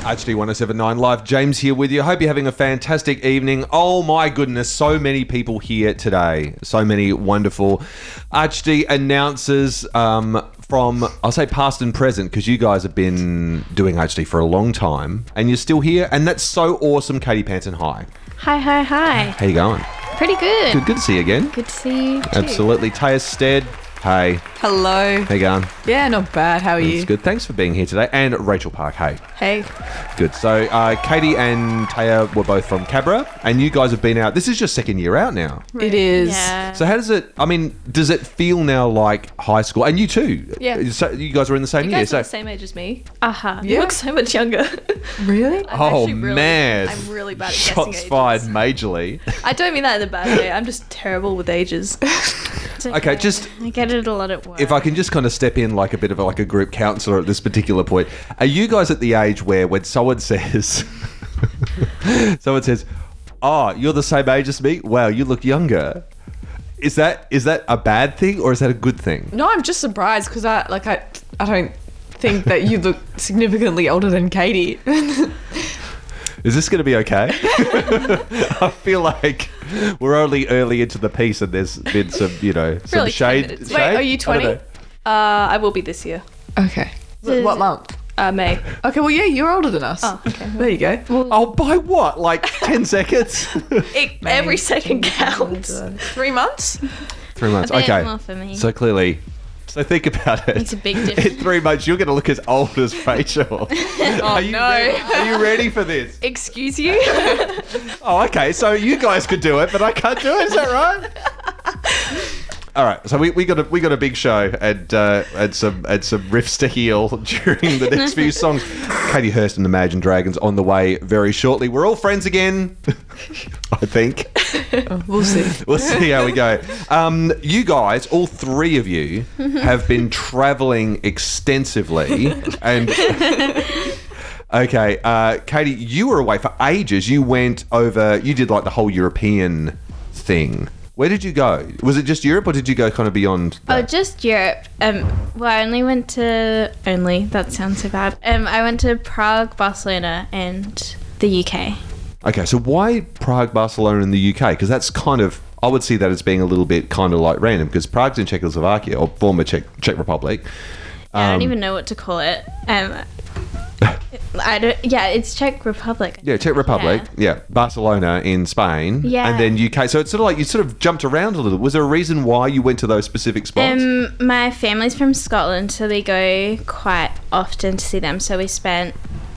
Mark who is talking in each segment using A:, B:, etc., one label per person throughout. A: HD 1079 Live. James here with you. Hope you're having a fantastic evening. Oh my goodness, so many people here today. So many wonderful HD announcers um, from, I'll say past and present, because you guys have been doing HD for a long time and you're still here. And that's so awesome, Katie Panton. Hi.
B: Hi, hi, hi.
A: How you going?
B: Pretty good.
A: Good, good to see you again.
B: Good to see you. too.
A: Absolutely. Taya Stead. Hey,
C: Hello.
A: how you going?
C: Yeah, not bad. How are
A: It's
C: you?
A: good. Thanks for being here today. And Rachel Park. Hey.
C: Hey.
A: Good. So uh, Katie and Taya were both from Cabra, and you guys have been out. This is your second year out now.
C: It is.
B: Yeah.
A: So how does it? I mean, does it feel now like high school? And you too.
D: Yeah.
A: So you guys were in the same
D: You
A: year.
D: guys
A: so
D: are the same age as me.
B: Uh-huh.
D: You
C: Yeah.
D: look so much younger.
C: Really?
D: I'm
A: oh
D: actually really-
A: man,
D: I'm really bad at guessing
A: shots
D: ages.
A: fired majorly.
D: I don't mean that in a bad way. I'm just terrible with ages.
B: It's
A: okay, just-
B: I get it a lot at work.
A: if I can just kind of step in like a bit of a, like a group counselor at this particular point, are you guys at the age where when someone says, someone says, "Oh, you're the same age as me. Wow, you look younger." Is that is that a bad thing or is that a good thing?
C: No, I'm just surprised because I like I I don't think that you look significantly older than Katie.
A: Is this going to be okay? I feel like we're only early into the piece and there's been some, you know, some
D: Really, ten
A: shade.
D: minutes.
A: shade?
D: Wait,
C: are you
A: I don't know.
D: Uh, I will be this year.
C: okay. Wh- What month?
D: Uh, May.
C: Okay, well yeah, you're older than us.
D: Oh, okay.
C: There you go.
A: Oh, by what? Like 10 seconds?
D: It, every second counts.
C: Three months?
A: Three months.
B: A bit
A: okay.
B: more for me.
A: So clearly. So think about it.
B: Makes a big difference.
A: In three months, you're going to look as old as Rachel. oh, are you
C: no.
A: Ready? Are you ready for this?
D: Excuse you?
A: Oh, okay. So you guys could do it, but I can't do it. Is that right? All right. So we, we got a we got a big show and uh, and some and some riffs to heal during the next few songs. Katie Hurst and Imagine Dragons on the way very shortly. We're all friends again. I think
C: We'll see.
A: we'll see how we go. Um, you guys, all three of you, have been traveling extensively, and okay, uh, Katie, you were away for ages. You went over. You did like the whole European thing. Where did you go? Was it just Europe, or did you go kind of beyond?
B: Oh,
A: That?
B: just Europe. Um, well, I only went to only. That sounds so bad. Um, I went to Prague, Barcelona, and the UK.
A: okay, so why Prague, Barcelona, and the UK? Because that's kind of. I would see that as being a little bit kind of like random because Prague's in Czechoslovakia or former Czech, Czech Republic.
B: I
A: Um,
B: don't even know what to call it. Um, I don't. Yeah, it's Czech Republic.
A: Yeah, Czech Republic. Yeah. Barcelona in Spain.
B: Yeah.
A: And then UK. So it's sort of like you sort of jumped around a little. Was there a reason why you went to those specific spots?
B: Um, my family's from Scotland, so we go quite often to see them. So we spent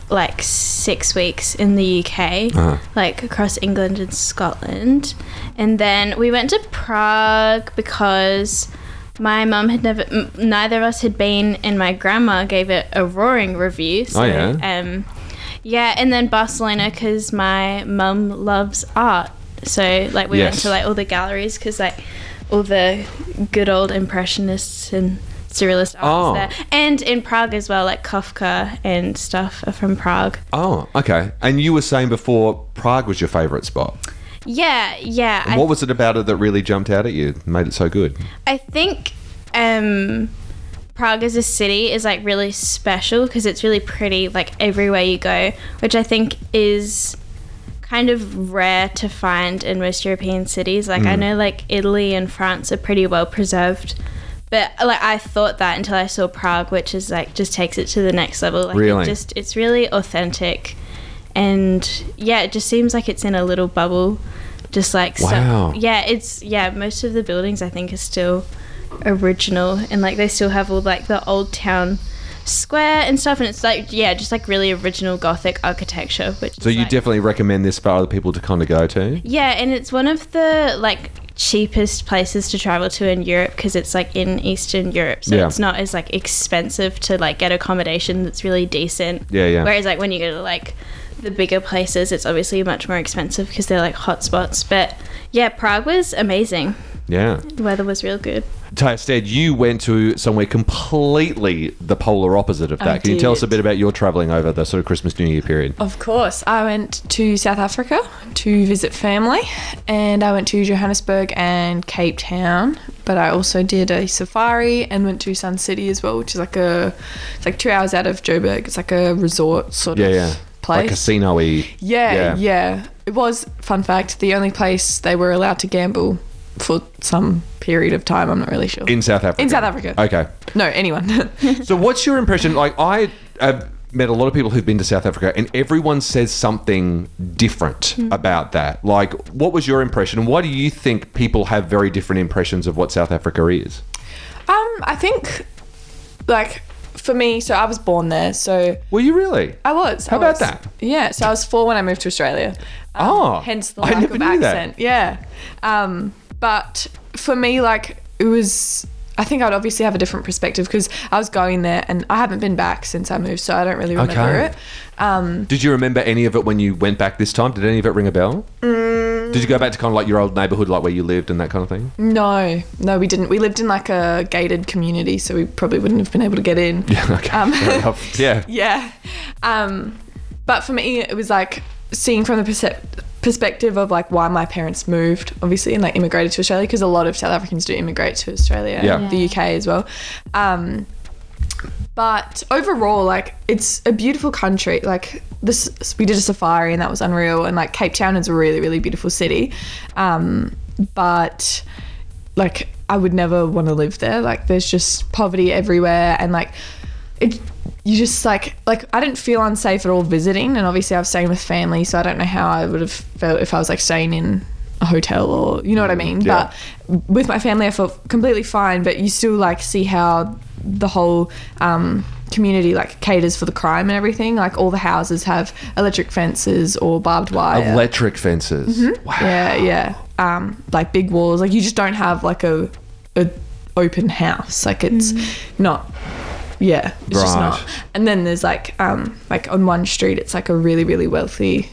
B: like six weeks in the UK,
A: Uh-huh.
B: like across England and Scotland, and then we went to Prague because my mum had never, m- neither of us had been, and my grandma gave it a roaring review. So,
A: Oh, yeah?
B: Um, yeah, and then Barcelona because my mum loves art. So like we went
A: Yes.
B: to like all the galleries because like all the good old impressionists and surrealist
A: Oh.
B: art was there, and in Prague as well, like Kafka and stuff are from Prague.
A: oh, okay. And you were saying before Prague was your favourite spot.
B: Yeah, yeah. I,
A: what was it about it that really jumped out at you, made it so good?
B: I think um, Prague as a city is like really special because it's really pretty, like everywhere you go, which I think is kind of rare to find in most European cities. Like
A: Mm.
B: I know like Italy and France are pretty well preserved. But like I thought that until I saw Prague, which is like just takes it to the next level. Like
A: Really?
B: it just it's really authentic and yeah, it just seems like it's in a little bubble. Just like so-
A: Wow.
B: yeah, it's yeah, most of the buildings I think are still original and like they still have all like the old town square and stuff and it's like yeah, just like really original gothic architecture which
A: So
B: is,
A: you
B: like-
A: definitely recommend this for other people to kind of go to?
B: yeah, and it's one of the like cheapest places to travel to in Europe because it's like in Eastern Europe, so
A: Yeah.
B: it's not as like expensive to like get accommodation that's really decent.
A: Yeah, yeah.
B: Whereas like when you go to like the bigger places, it's obviously much more expensive because they're like hotspots. But yeah, Prague was amazing.
A: Yeah.
B: The weather was real good.
A: Ty Stead, you went to somewhere completely the polar opposite of that.
C: I
A: Can you tell us a
C: did.
A: bit about your travelling over the sort of Christmas New Year period?
C: Of course. I went to South Africa to visit family and I went to Johannesburg and Cape Town, but I also did a safari and went to Sun City as well, which is like a it's like 2 hours out of Joburg. It's like a resort sort
A: Yeah,
C: of
A: yeah. like
D: place.
A: casino y.
D: yeah, yeah, It was fun fact the only place they were allowed to gamble for some period of time. I'm not really sure.
A: In South Africa.
D: In South Africa.
A: Okay.
D: no, anyone. Um,
A: So, what's your impression? Like, I have met a lot of people who've been to South Africa, and everyone says something different
D: Hmm.
A: about that. Like, what was your impression? And why do you think people have very different impressions of what South Africa is?
D: um, I think like for me, so I was born there, so
A: Were you really?
D: I was.
A: How
D: I
A: about
D: was.
A: that?
D: Yeah, so I was four when I moved to Australia.
A: Oh,
D: Um, hence the
A: I
D: lack
A: never
D: of
A: knew that.
D: accent. Yeah. Um, but for me, like it was. I think I'd obviously have a different perspective because I was going there and I haven't been back since I moved, so I don't really remember
A: Okay.
D: it. Um,
A: Did you remember any of it when you went back this time? Did any of it ring a bell?
D: Mm.
A: Did you go back to kind of like your old neighborhood, like where you lived and that kind of thing?
D: Mm-hmm. no, no, we didn't. We lived in like a gated community, so we probably wouldn't have been able to get in.
A: Yeah, okay.
D: Um,
A: Fair enough. yeah.
D: yeah. Um, but for me, it was like seeing from the percep- perspective of like why my parents moved, obviously, and like immigrated to Australia, because a lot of South Africans do immigrate to Australia
A: Yeah.
D: and the UK as well. Um, but overall, like it's a beautiful country. Like this, we did a safari and that was unreal. And like Cape Town is a really, really beautiful city. Um, but like I would never want to live there. Like there's just poverty everywhere and like it you just like like I didn't feel unsafe at all visiting and obviously I was staying with family so I don't know how I would have felt if I was like staying in a hotel or you know what I mean
A: yeah.
D: but with my family I felt completely fine but you still like see how the whole um community like caters for the crime and everything like all the houses have electric fences or barbed wire
A: Electric fences.
D: Mm-hmm.
A: Wow.
D: yeah, yeah. Um, like big walls. Like you just don't have like a, a open house. Like it's not. Yeah, it's just not.
A: Mm. Right.
D: And then there's like um like on one street it's like a really really wealthy.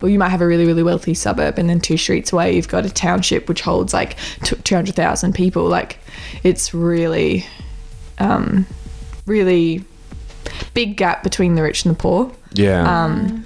D: Well, you might have a really really wealthy suburb, and then two streets away you've got a township which holds like two hundred thousand people. Like it's really, um, really big gap between the rich and the poor.
A: Yeah.
D: Um,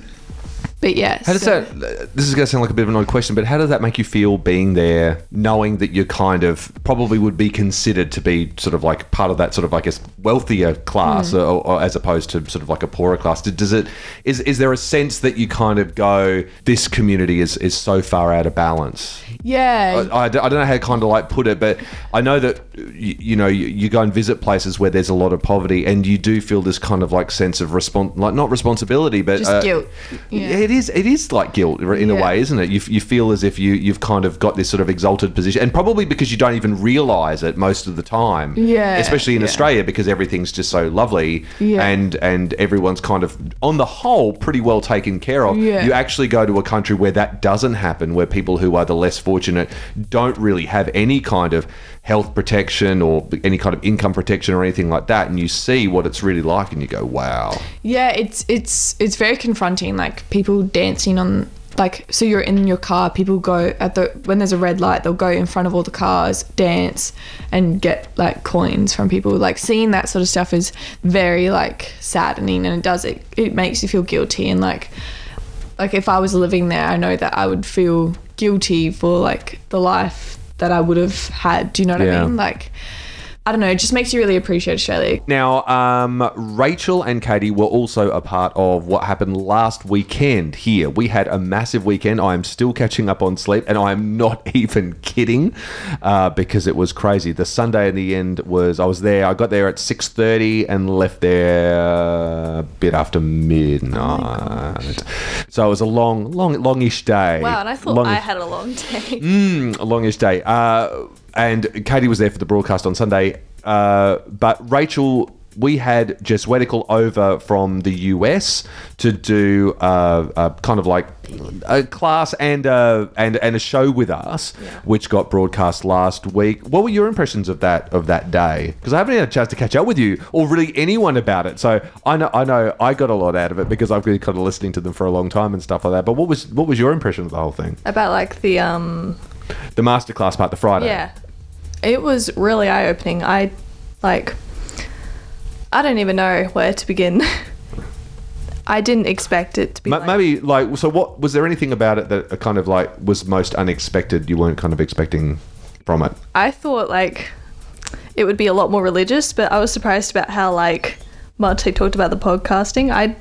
D: but yeah.
A: Mm. how does
D: so-
A: that? This is going to sound like a bit of an odd question, but how does that make you feel being there, knowing that you kind of probably would be considered to be sort of like part of that sort of I guess wealthier class,
D: Hmm.
A: or, or as opposed to sort of like a poorer class? Did- Does it? Is is there a sense that you kind of go, this community is is so far out of balance?
D: Yeah.
A: I, I don't I don't know how to kind of like put it, but I know that you, you know you, you go and visit places where there's a lot of poverty, and you do feel this kind of like sense of respons like not responsibility, but uh,
D: Just guilt.
A: Yeah.
D: Yeah.
A: It is it is like guilt in a
D: Yeah.
A: way, isn't it? You, f- you feel as if you you've kind of got this sort of exalted position, and probably because you don't even realize it most of the time.
D: Yeah,
A: especially in
D: yeah.
A: Australia because everything's just so lovely,
D: Yeah.
A: and and everyone's kind of on the whole pretty well taken care of.
D: Yeah.
A: You actually go to a country where that doesn't happen, where people who are the less fortunate don't really have any kind of health protection or any kind of income protection or anything like that, and you see what it's really like, and you go, "Wow,
D: Yeah, it's it's it's very confronting. Like people dancing on like so you're in your car, people go at the when there's a red light, they'll go in front of all the cars, dance and get like coins from people. Like seeing that sort of stuff is very like saddening and it does it it makes you feel guilty and like like if I was living there, I know that I would feel guilty for like the life that I would have had. Do you know what
A: Yeah.
D: I mean? Like I don't know, it just makes you really appreciate Australia.
A: Now, um, Rachel and Katie were also a part of what happened last weekend here. We had a massive weekend. I am still catching up on sleep, and I am not even kidding uh, because it was crazy. The Sunday in the end was I was there. I got there at six thirty and left there a bit after midnight. so it was a long, long, longish day.
B: Wow, and I thought I
A: Longish-
B: had a long day.
D: Hmm?
A: Mm, a longish day. Uh, and Katie was there for the broadcast on Sunday. Uh, but Rachel, we had Jess Wedical over from the US to do uh, a kind of like a class and a, and and a show with us, which got broadcast last week. What were your impressions of that of that day? Because I haven't had a chance to catch up with you or really anyone about it. So I know I know I got a lot out of it because I've been kind of listening to them for a long time and stuff like that. But what was what was your impression of the whole thing?
B: About like the um
A: The masterclass part, the Friday.
B: yeah. It was really eye opening. I like I don't even know where to begin. I didn't expect it to be
A: Ma
B: like,
A: maybe like so. What was there anything about it that uh, kind of like was most unexpected? You weren't kind of expecting from it.
B: I thought like it would be a lot more religious, but I was surprised about how like much they talked about the podcasting. I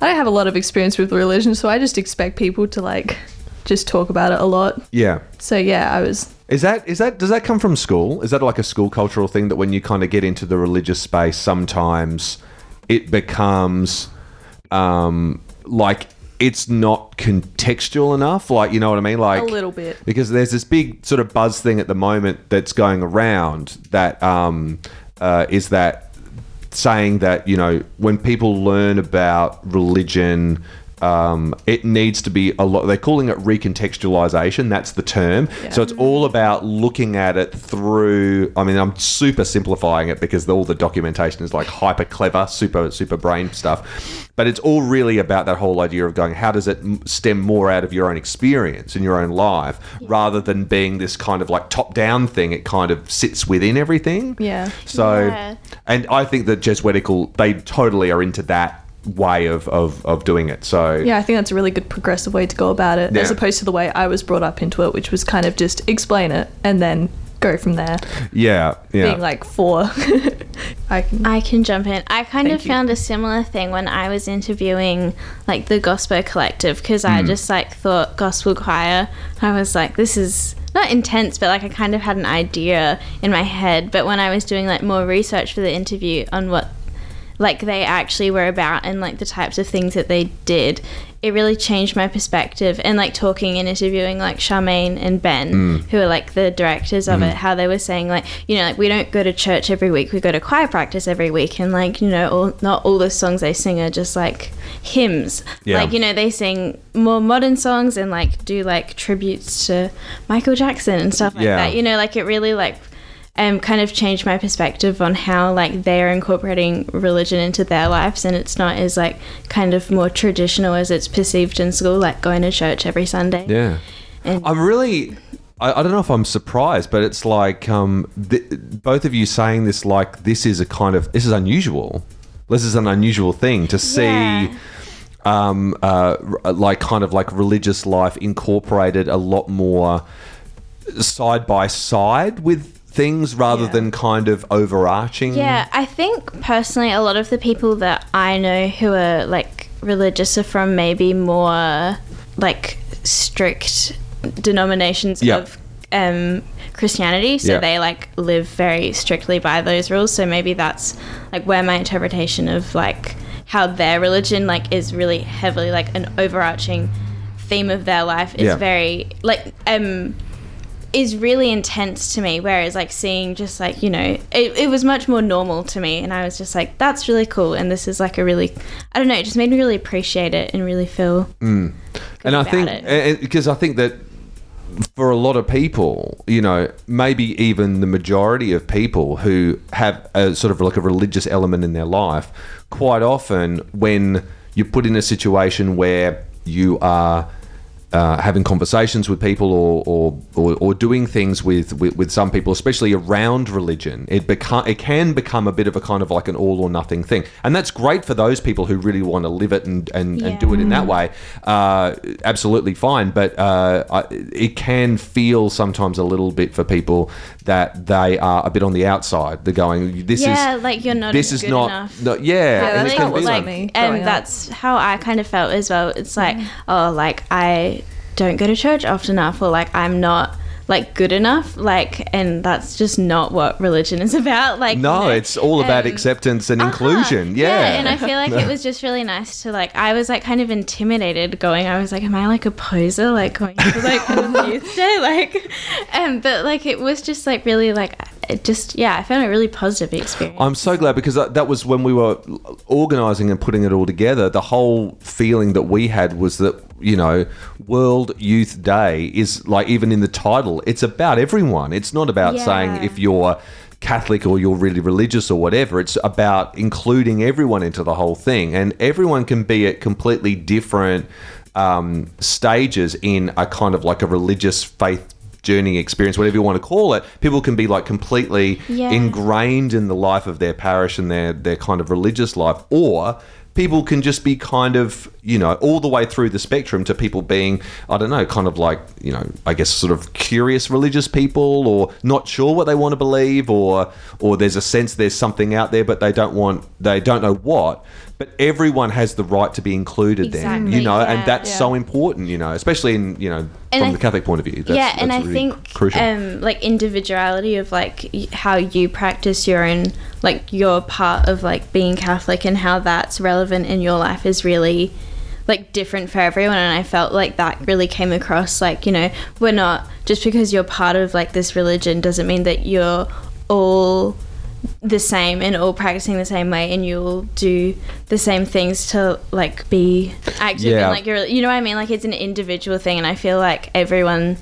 D: I don't have a lot of experience with religion, so I just expect people to like just talk about it a lot.
A: Yeah.
D: So yeah, I was
A: Is that is that does that come from school? Is that like a school cultural thing that when you kind of get into the religious space, sometimes it becomes um, like it's not contextual enough? Like you know what I mean? Like
D: A little bit.
A: because there's this big sort of buzz thing at the moment that's going around that um, uh, is that saying that you know when people learn about religion um, it needs to be a lot they're calling it recontextualization that's the term so it's all about looking at it through i mean i'm super simplifying it because all the documentation is like hyper clever super super brain stuff but it's all really about that whole idea of going how does it m- stem more out of your own experience in your own life rather than being this kind of like top down thing it kind of sits within everything
D: yeah.
A: so,
B: Yeah.
A: and I think that Jesuitical, they totally are into that way of, of, of doing it. So,
D: Yeah, I think that's a really good progressive way to go about it, as
A: Yeah.
D: opposed to the way I was brought up into it, which was kind of just explain it and then go from there.
A: yeah. yeah.
D: Being like four, I can.
B: I can jump in. I kind
D: Thank
B: of
D: you.
B: found a similar thing when I was interviewing like the Gospel Collective because
D: Hmm.
B: I just like thought gospel choir. I was like, this is not intense, but like I kind of had an idea in my head. But when I was doing like more research for the interview on what like they actually were about and like the types of things that they did it really changed my perspective and like talking and interviewing like Charmaine and Ben
A: Hmm.
B: who are like the directors of it how they were saying like you know like we don't go to church every week we go to choir practice every week and like you know all, not all the songs they sing are just like hymns
A: Yeah.
B: like you know they sing more modern songs and like do like tributes to Michael Jackson and stuff like
A: Yeah.
B: that you know like it really like um, kind of changed my perspective on how like they're incorporating religion into their lives and it's not as like kind of more traditional as it's perceived in school like going to church every sunday
A: Yeah.
B: And-
A: I'm really. I, I don't know if I'm surprised, but it's like um, th- both of you saying this like this is a kind of this is unusual. This is an unusual thing to see.
B: Yeah.
A: Um, uh, r- like kind of like religious life incorporated a lot more side by side with things rather than kind of overarching.
B: Yeah, I think personally, a lot of the people that I know who are like religious are from maybe more like strict denominations
A: Yeah.
B: of um, Christianity. So
A: Yeah.
B: they like live very strictly by those rules. So maybe that's like where my interpretation of like how their religion like is really heavily like an overarching theme of their life is
A: Yeah.
B: very like um is really intense to me whereas like seeing just like you know it, it was much more normal to me and i was just like that's really cool and this is like a really i don't know it just made me really appreciate it and really feel
A: Mm. and I
B: about
A: think
B: it.
A: because I think that for a lot of people, you know, maybe even the majority of people who have a sort of like a religious element in their life, quite often when you're put in a situation where you are uh, having conversations with people or, or, or, or doing things with, with, with some people, especially around religion, it become it can become a bit of a kind of like an all or nothing thing, and that's great for those people who really want to live it and, and, and do it in that way. Uh, absolutely fine, but uh, I, it can feel sometimes a little bit for people that they are a bit on the outside. They're going, "This
B: yeah
A: is
B: like you're not
A: this is
B: good
A: not,
B: enough
A: no- yeah."
D: Yeah,
A: and
D: that's
A: it
D: not
A: can
D: what
A: be
D: was
A: like-
D: me growing
B: and
D: up.
B: that's how i kind of felt as well it's like oh like i don't go to church often enough or like i'm not like good enough like and that's just not what religion is about like you
A: No,
B: know,
A: it's all about
B: um,
A: acceptance and inclusion.
B: Uh-huh. and I feel like it was just really nice to like. I was like kind of intimidated going. I was like, am I like a poser, like going to like a youth day, like, um, but like it was just like really like it just yeah. I found it a really positive experience.
A: I'm so glad because that, that was when we were organizing and putting it all together. The whole feeling that we had was that, you know, World Youth Day is like, even in the title, it's about everyone. It's not about
B: Yeah.
A: saying if you're Catholic or you're really religious or whatever. It's about including everyone into the whole thing. And everyone can be at completely different um, stages in a kind of like a religious faith journey experience, whatever you want to call it. People can be like completely
B: Yeah.
A: ingrained ingrained in the life of their parish and their their kind of religious life or people can just be kind of you know all the way through the spectrum to people being i don't know kind of like you know i guess sort of curious religious people or not sure what they want to believe or or there's a sense there's something out there but they don't want they don't know what but everyone has the right to be included
B: Exactly,
A: then, you know,
B: yeah.
A: and that's so important, you know, especially in, you know,
B: And
A: from
B: I-
A: the Catholic point of view. That's,
B: yeah, and
A: that's
B: I
A: really
B: think
A: crucial.
B: um, like individuality of like y- how you practice your own like your part of like being Catholic and how that's relevant in your life is really like different for everyone. And I felt like that really came across. Like you know, we're not just because you're part of like this religion doesn't mean that you're all the same and all practicing the same way and you'll do the same things to like be active
A: Yeah.
B: and like you're you know what I mean like it's an individual thing and I feel like everyone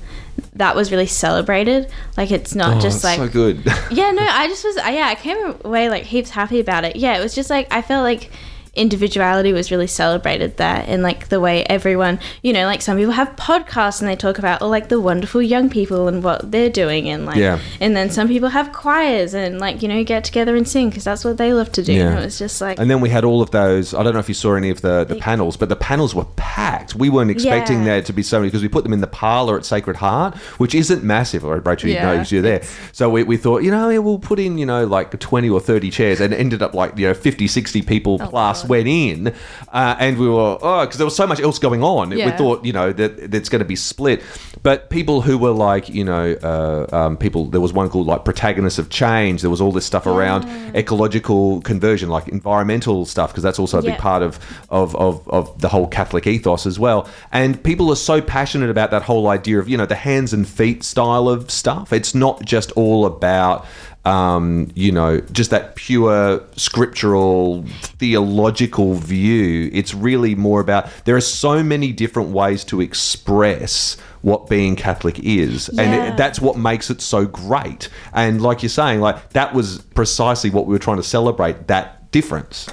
B: that was really celebrated like it's not
A: Oh,
B: just
A: it's
B: like
A: so good.
B: yeah no I just was yeah I came away like heaps happy about it yeah it was just like I felt like individuality was really celebrated there and like the way everyone you know like some people have podcasts and they talk about all like the wonderful young people and what they're doing and like
A: Yeah.
B: and then some people have choirs and like you know get together and sing because that's what they love to do and
A: Yeah.
B: it was just like
A: And then we had all of those. I don't know if you saw any of the, the panels, but the panels were packed. We weren't expecting
B: Yeah.
A: there to be so many because we put them in the parlor at Sacred Heart, which isn't massive. Right, Rachel, you
D: Yeah,
A: know, you're there. So we, we thought, you know, yeah, we'll put in, you know, like 20 or 30 chairs and ended up like, you know, 50, 60 people plus went in. Uh, and we were, oh, because there was so much else going on. We
D: Yeah.
A: thought, you know, that that's going to be split. But people who were like, you know, uh, um, people, there was one called like Protagonists of Change. There was all this stuff around ecological conversion, like environmental stuff, because that's also a big
B: Yeah.
A: part of, of, of, of the whole Catholic ethos as well. And people are so passionate about that whole idea of, you know, the hands and feet style of stuff. It's not just all about. Um, you know, just that pure scriptural theological view. It's really more about there are so many different ways to express what being Catholic is, and
B: Yeah.
A: it, that's what makes it so great. And like you're saying, like that was precisely what we were trying to celebrate that difference.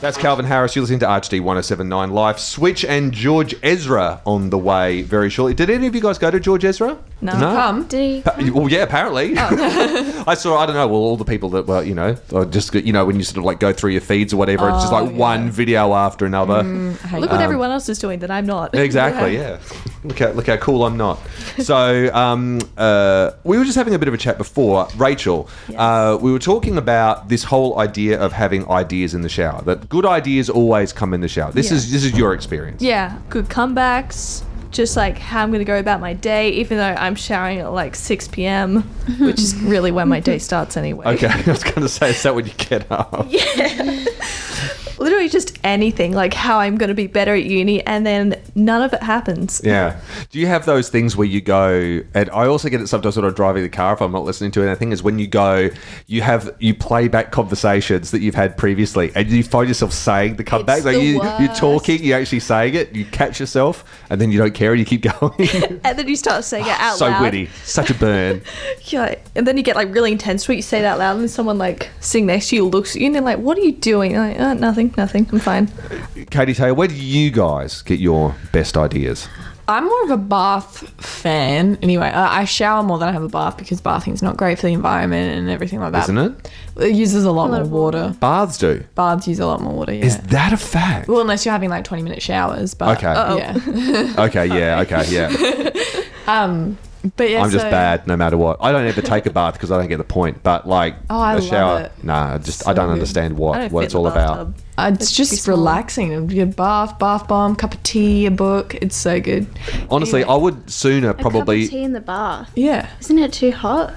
A: That's Calvin Harris. You're listening to RHD 1079 Live. Switch and George Ezra on the way very shortly. Did any of you guys go to George Ezra?
C: No. Come. Oh.
B: do you-
A: Pa- Well, yeah, apparently. I saw. I don't know. Well, all the people that were, you know, or just you know, when you sort of like go through your feeds or whatever, it's just
C: Oh,
A: like
C: yeah. Mm.
A: one video after another.
D: Look what everyone else is doing that I'm not.
A: Um, Exactly. Yeah. Look how look how cool I'm not. So um, uh, we were just having a bit of a chat before Rachel. Uh, we were talking about this whole idea of having ideas in the shower. That good ideas always come in the shower. This is this is your experience.
D: Yeah, good comebacks. Just like how I'm gonna go about my day, even though I'm showering at like 6 p.m., which is really when my day starts anyway.
A: Okay. I was going to say, is that when you get up?
D: Literally just anything, like how I'm gonna be better at uni, and then none of it happens.
A: Yeah. Do you have those things where you go? And I also get it sometimes when I'm driving the car if I'm not listening to anything. Is when you go, you have you play back conversations that you've had previously, and you find yourself saying the comeback.
D: It's
A: like
D: the
A: you, you're
D: worst.
A: talking, you're actually saying it, you catch yourself, and then you don't care, and you keep going.
D: And then you start saying it out
A: Ah, so
D: loud.
A: witty, such a burn.
D: You're like- and then you get like really intense where you say that loud, and then someone like sitting next to you looks at you and they're like, What are you doing? You're like, "Uh, Nothing, nothing, I'm fine.
A: Katie Taylor, where do you guys get your best ideas?
C: I'm more of a bath fan. Anyway, uh, I I shower more than I have a bath because bathing's not great for the environment and everything like that.
A: Isn't it?
C: It uses a lot, more
B: of
C: water.
A: Baths do.
C: Baths use a lot more water. Yeah.
A: Is that a fact?
C: well, unless you're having like 20 minute showers, but
A: Okay.
C: uh, yeah.
A: Okay, yeah, okay, yeah.
C: Um, But yeah,
A: I'm just
C: so-
A: bad no matter what. I don't ever take a bath because I don't get the point. But like
C: Oh, I
A: a
C: love
A: shower,
C: it.
A: nah, I just
C: So
A: I don't
C: good.
A: understand
D: I
A: what
D: don't
A: what
D: fit
A: it's
D: in
A: all
D: the
A: about.
D: bathtub.
C: Uh, it's
D: It's too
C: just
D: small.
C: relaxing. It'd be a bath, bath bomb, cup of tea, a book. It's so good.
A: Honestly, I would sooner
B: a cup of
A: probably.
B: tea in the bath
C: Yeah,
B: isn't it too hot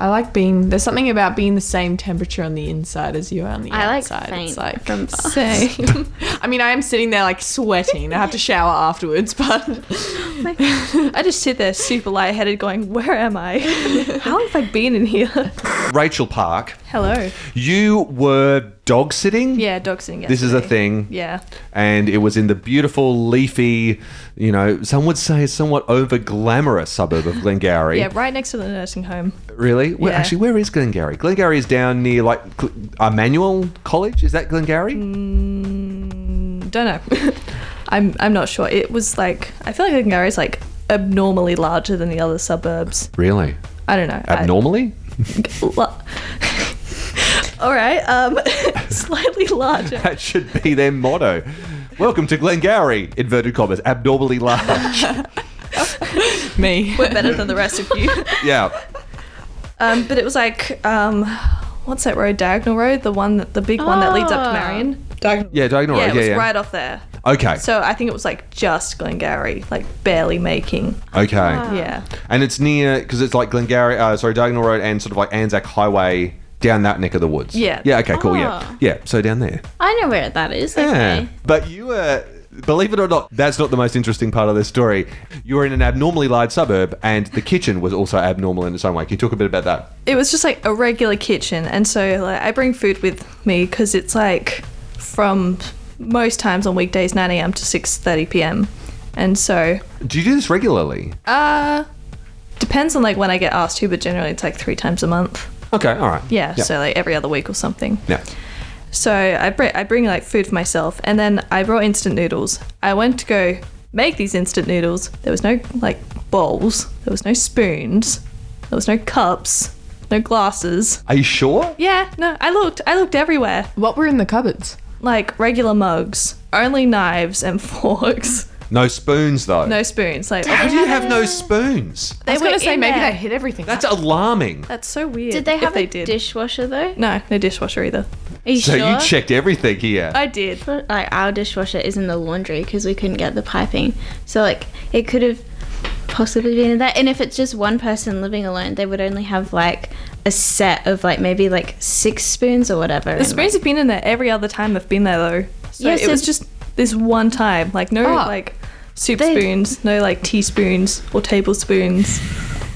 C: I like being. There's something about being the same temperature on the inside as you are on the
B: I like
C: outside.
B: faint
C: it's like
B: from baths.
C: same. I mean, I am sitting there like sweating. I have to shower afterwards, but
D: I just sit there super lightheaded going, Where am I? How have I been in here?
A: Rachel Park,
D: Hello.
A: you were dog sitting.
D: Yeah, dog sitting.
A: This is a
D: yesterday.
A: thing.
D: Yeah.
A: And it was in the beautiful, leafy, you know, some would say somewhat over glamorous suburb of Glengarry.
D: Yeah, right next to the nursing home.
A: Really? Where,
D: Yeah.
A: Actually, where is Glengarry? Glengarry is down near like Cl- Emmanuel College. Is that Glengarry?
D: Mm, don't know. I'm I'm not sure. It was like I feel like Glengarry is like abnormally larger than the other suburbs.
A: Really?
D: I don't know. I-
A: Abnormally?
D: la- All right. Um, slightly larger.
A: That should be their motto. Welcome to Glengarry, inverted commas, abnormally large.
C: me.
D: We're better than the rest of you.
A: yeah.
D: Um, but it was like um, what's that road? Diagonal Road, the one that the big one that leads up to
B: Ah.
D: Marion. Diagonal.
A: Yeah, Diagonal
D: yeah,
A: Road,
D: it was
A: yeah, yeah.
D: right off there.
A: Okay.
D: So I think it was like just Glengarry, like barely making.
A: okay.
D: Yeah.
A: And it's near because it's like Glengarry, uh, sorry, Diagonal Road and sort of like Anzac Highway down that neck of the woods.
D: Yeah.
A: Yeah. Okay. Cool. Yeah.
B: Ah.
A: Yeah. So down there.
B: I know where that is.
A: Yeah.
B: Okay.
A: But you were, believe it or not, that's not the most interesting part of this story. You were in an abnormally large suburb, and the kitchen was also abnormal in its own way. Can you talk a bit about that?
D: It was just like a regular kitchen, and so like I bring food with me because it's like from most times on weekdays 9 a.m. to 6:30 p.m. And so
A: Do you do this regularly?
D: uh depends on like when I get asked to, but generally it's like three times a month.
A: Okay. All right.
D: Yeah,
A: Yeah.
D: so like every other week or something.
A: Yeah.
D: So I br- I bring like food for myself, and then I brought instant noodles. I went to go make these instant noodles. There was no like bowls. There was no spoons. There was no cups. No glasses.
A: Are you sure?
D: Yeah, no. I looked. I looked everywhere.
C: What were in the cupboards?
D: Like regular mugs, only knives and forks.
A: No spoons, though.
D: No spoons. Like
A: How do you have no spoons?
D: they
C: I was gonna
D: were
C: say
D: in
C: maybe
D: there.
C: they hid everything.
A: That's alarming.
D: That's so weird.
B: Did they
D: if
B: have
D: they
B: a
D: did.
B: dishwasher though?
D: No, no dishwasher either.
B: Are you
A: So
B: sure?
A: you checked everything here.
D: I did.
B: But, like our dishwasher is in the laundry because we couldn't get the piping. So like it could have possibly been in that. And if it's just one person living alone, they would only have like a set of like maybe like six spoons or whatever.
D: The spoons have been in there every other time I've been there though. So
B: Yeah,
D: it
B: so-
D: was just this one time. Like no
C: Ah.
D: like soup
B: They-
D: spoons, no like teaspoons or tablespoons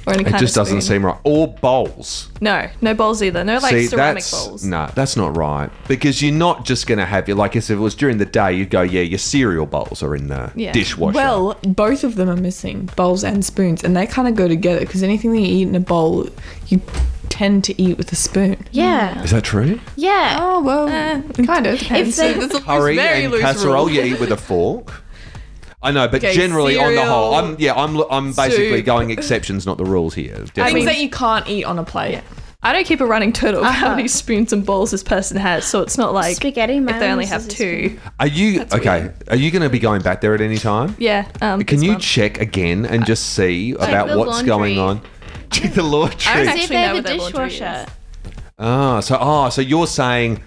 D: or any
A: it
D: kind
A: just
D: of
A: doesn't
D: spoon.
A: seem right. Or bowls.
D: No, no bowls either. No like ceramic
A: that's
D: bowls.
A: no, that's not right. Because you're not just gonna have your like if it was during the day, you'd go, yeah, your cereal bowls are in the
D: Yeah.
A: dishwasher.
C: Well, both of them are missing bowls and spoons, and they kind of go together because anything that you eat in a bowl, you tend to eat with a spoon.
B: yeah,
A: is that true?
B: yeah.
C: Oh well,
D: Uh,
C: kind of
B: If
C: depends.
B: they-
C: It's a loose-
A: Curry
C: very
A: and
C: loose
A: casserole
C: rule.
A: you eat with a fork. I know, but
C: Okay,
A: generally on the whole,
C: cereal,
A: I'm yeah, I'm I'm basically
C: soup.
A: going exceptions, not the rules here.
C: Things
A: definitely.
C: that you can't eat on a plate.
D: I don't keep a running total of how many spoons and bowls this person has, so it's not like
B: Uh-huh. Spaghetti,
D: Oh. if they only
B: mayonnaise
D: have
B: is a
D: two.
A: are you okay? Are you going to be going back there at any time?
D: Yeah. Um,
A: Can
D: this
A: you
D: month.
A: check again and just see about
B: the
A: what's going on?
B: laundry.
A: Check the laundry.
D: actually
B: See if they have
D: know
B: a
D: where their laundry is.
B: dishwasher.
A: Ah, so ah, so you're saying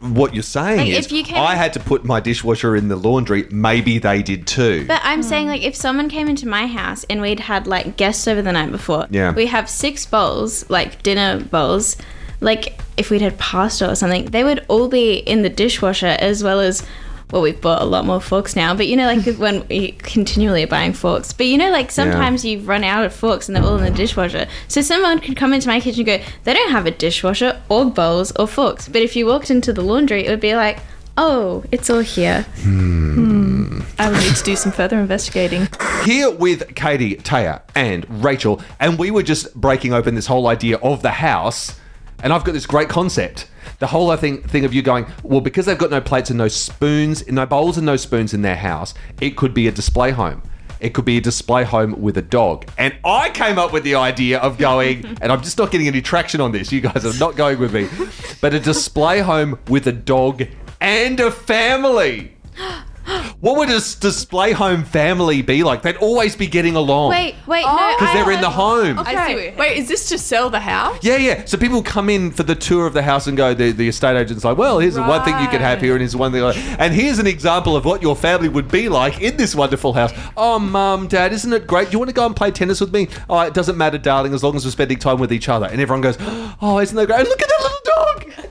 A: what you're saying
B: Like,
A: is
B: if you came-
A: I had to put my dishwasher in the laundry. Maybe they did too.
B: But I'm saying, like, if someone came into my house and we'd had like guests over the night before,
A: Yeah.
B: we have six bowls, like dinner bowls. Like, if we'd had pasta or something, they would all be in the dishwasher as well as. Well, we've bought a lot more forks now, but you know, like when you continually are buying forks, but you know, like sometimes you run out of forks and they're all in the dishwasher. So someone could come into my kitchen and go, they don't have a dishwasher or bowls or forks. But if you walked into the laundry, it would be like, oh, it's all here.
D: I would need to do some further investigating.
A: Here with Katie, Taya, and Rachel, and we were just breaking open this whole idea of the house, and I've got this great concept. The whole thing thing of you going well because they've got no plates and no spoons, no bowls and no spoons in their house. It could be a display home. It could be a display home with a dog. And I came up with the idea of going, and I'm just not getting any traction on this. You guys are not going with me, but a display home with a dog and a family. What would a s- display home family be like? They'd always be getting along.
B: Wait, um, wait, no.
A: Because
B: I
A: Oh, they're in the
B: have-
A: home.
D: I see what you're
C: Okay. Wait, is this to sell the house?
A: Yeah, yeah. So people come in for the tour of the house and go, the, the estate agent's like, well, here's the one thing you could have here, and here's the one thing. Like, and here's an example of what your family would be like in this wonderful house. Oh, mum, dad, isn't it great? Do you want to go and play tennis with me? Oh, it doesn't matter, darling, as long as we're spending time with each other. And everyone goes, oh, isn't that great? And look at that little dog.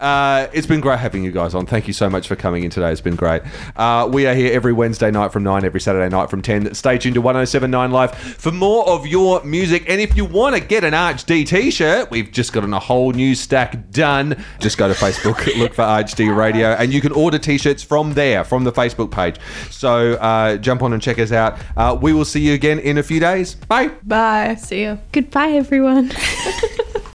A: Uh, it's been great having you guys on. Thank you so much for coming in today. It's been great. Uh, we are here every Wednesday night from 9, every Saturday night from 10. Stay tuned to 1079 Live for more of your music. And if you want to get an ArchD t shirt, we've just gotten a whole new stack done. Just go to Facebook, look for ArchD Radio, and you can order t shirts from there, from the Facebook page. So uh, jump on and check us out. Uh, we will see you again in a few days. Bye.
D: Bye. See ya.
B: Goodbye, everyone.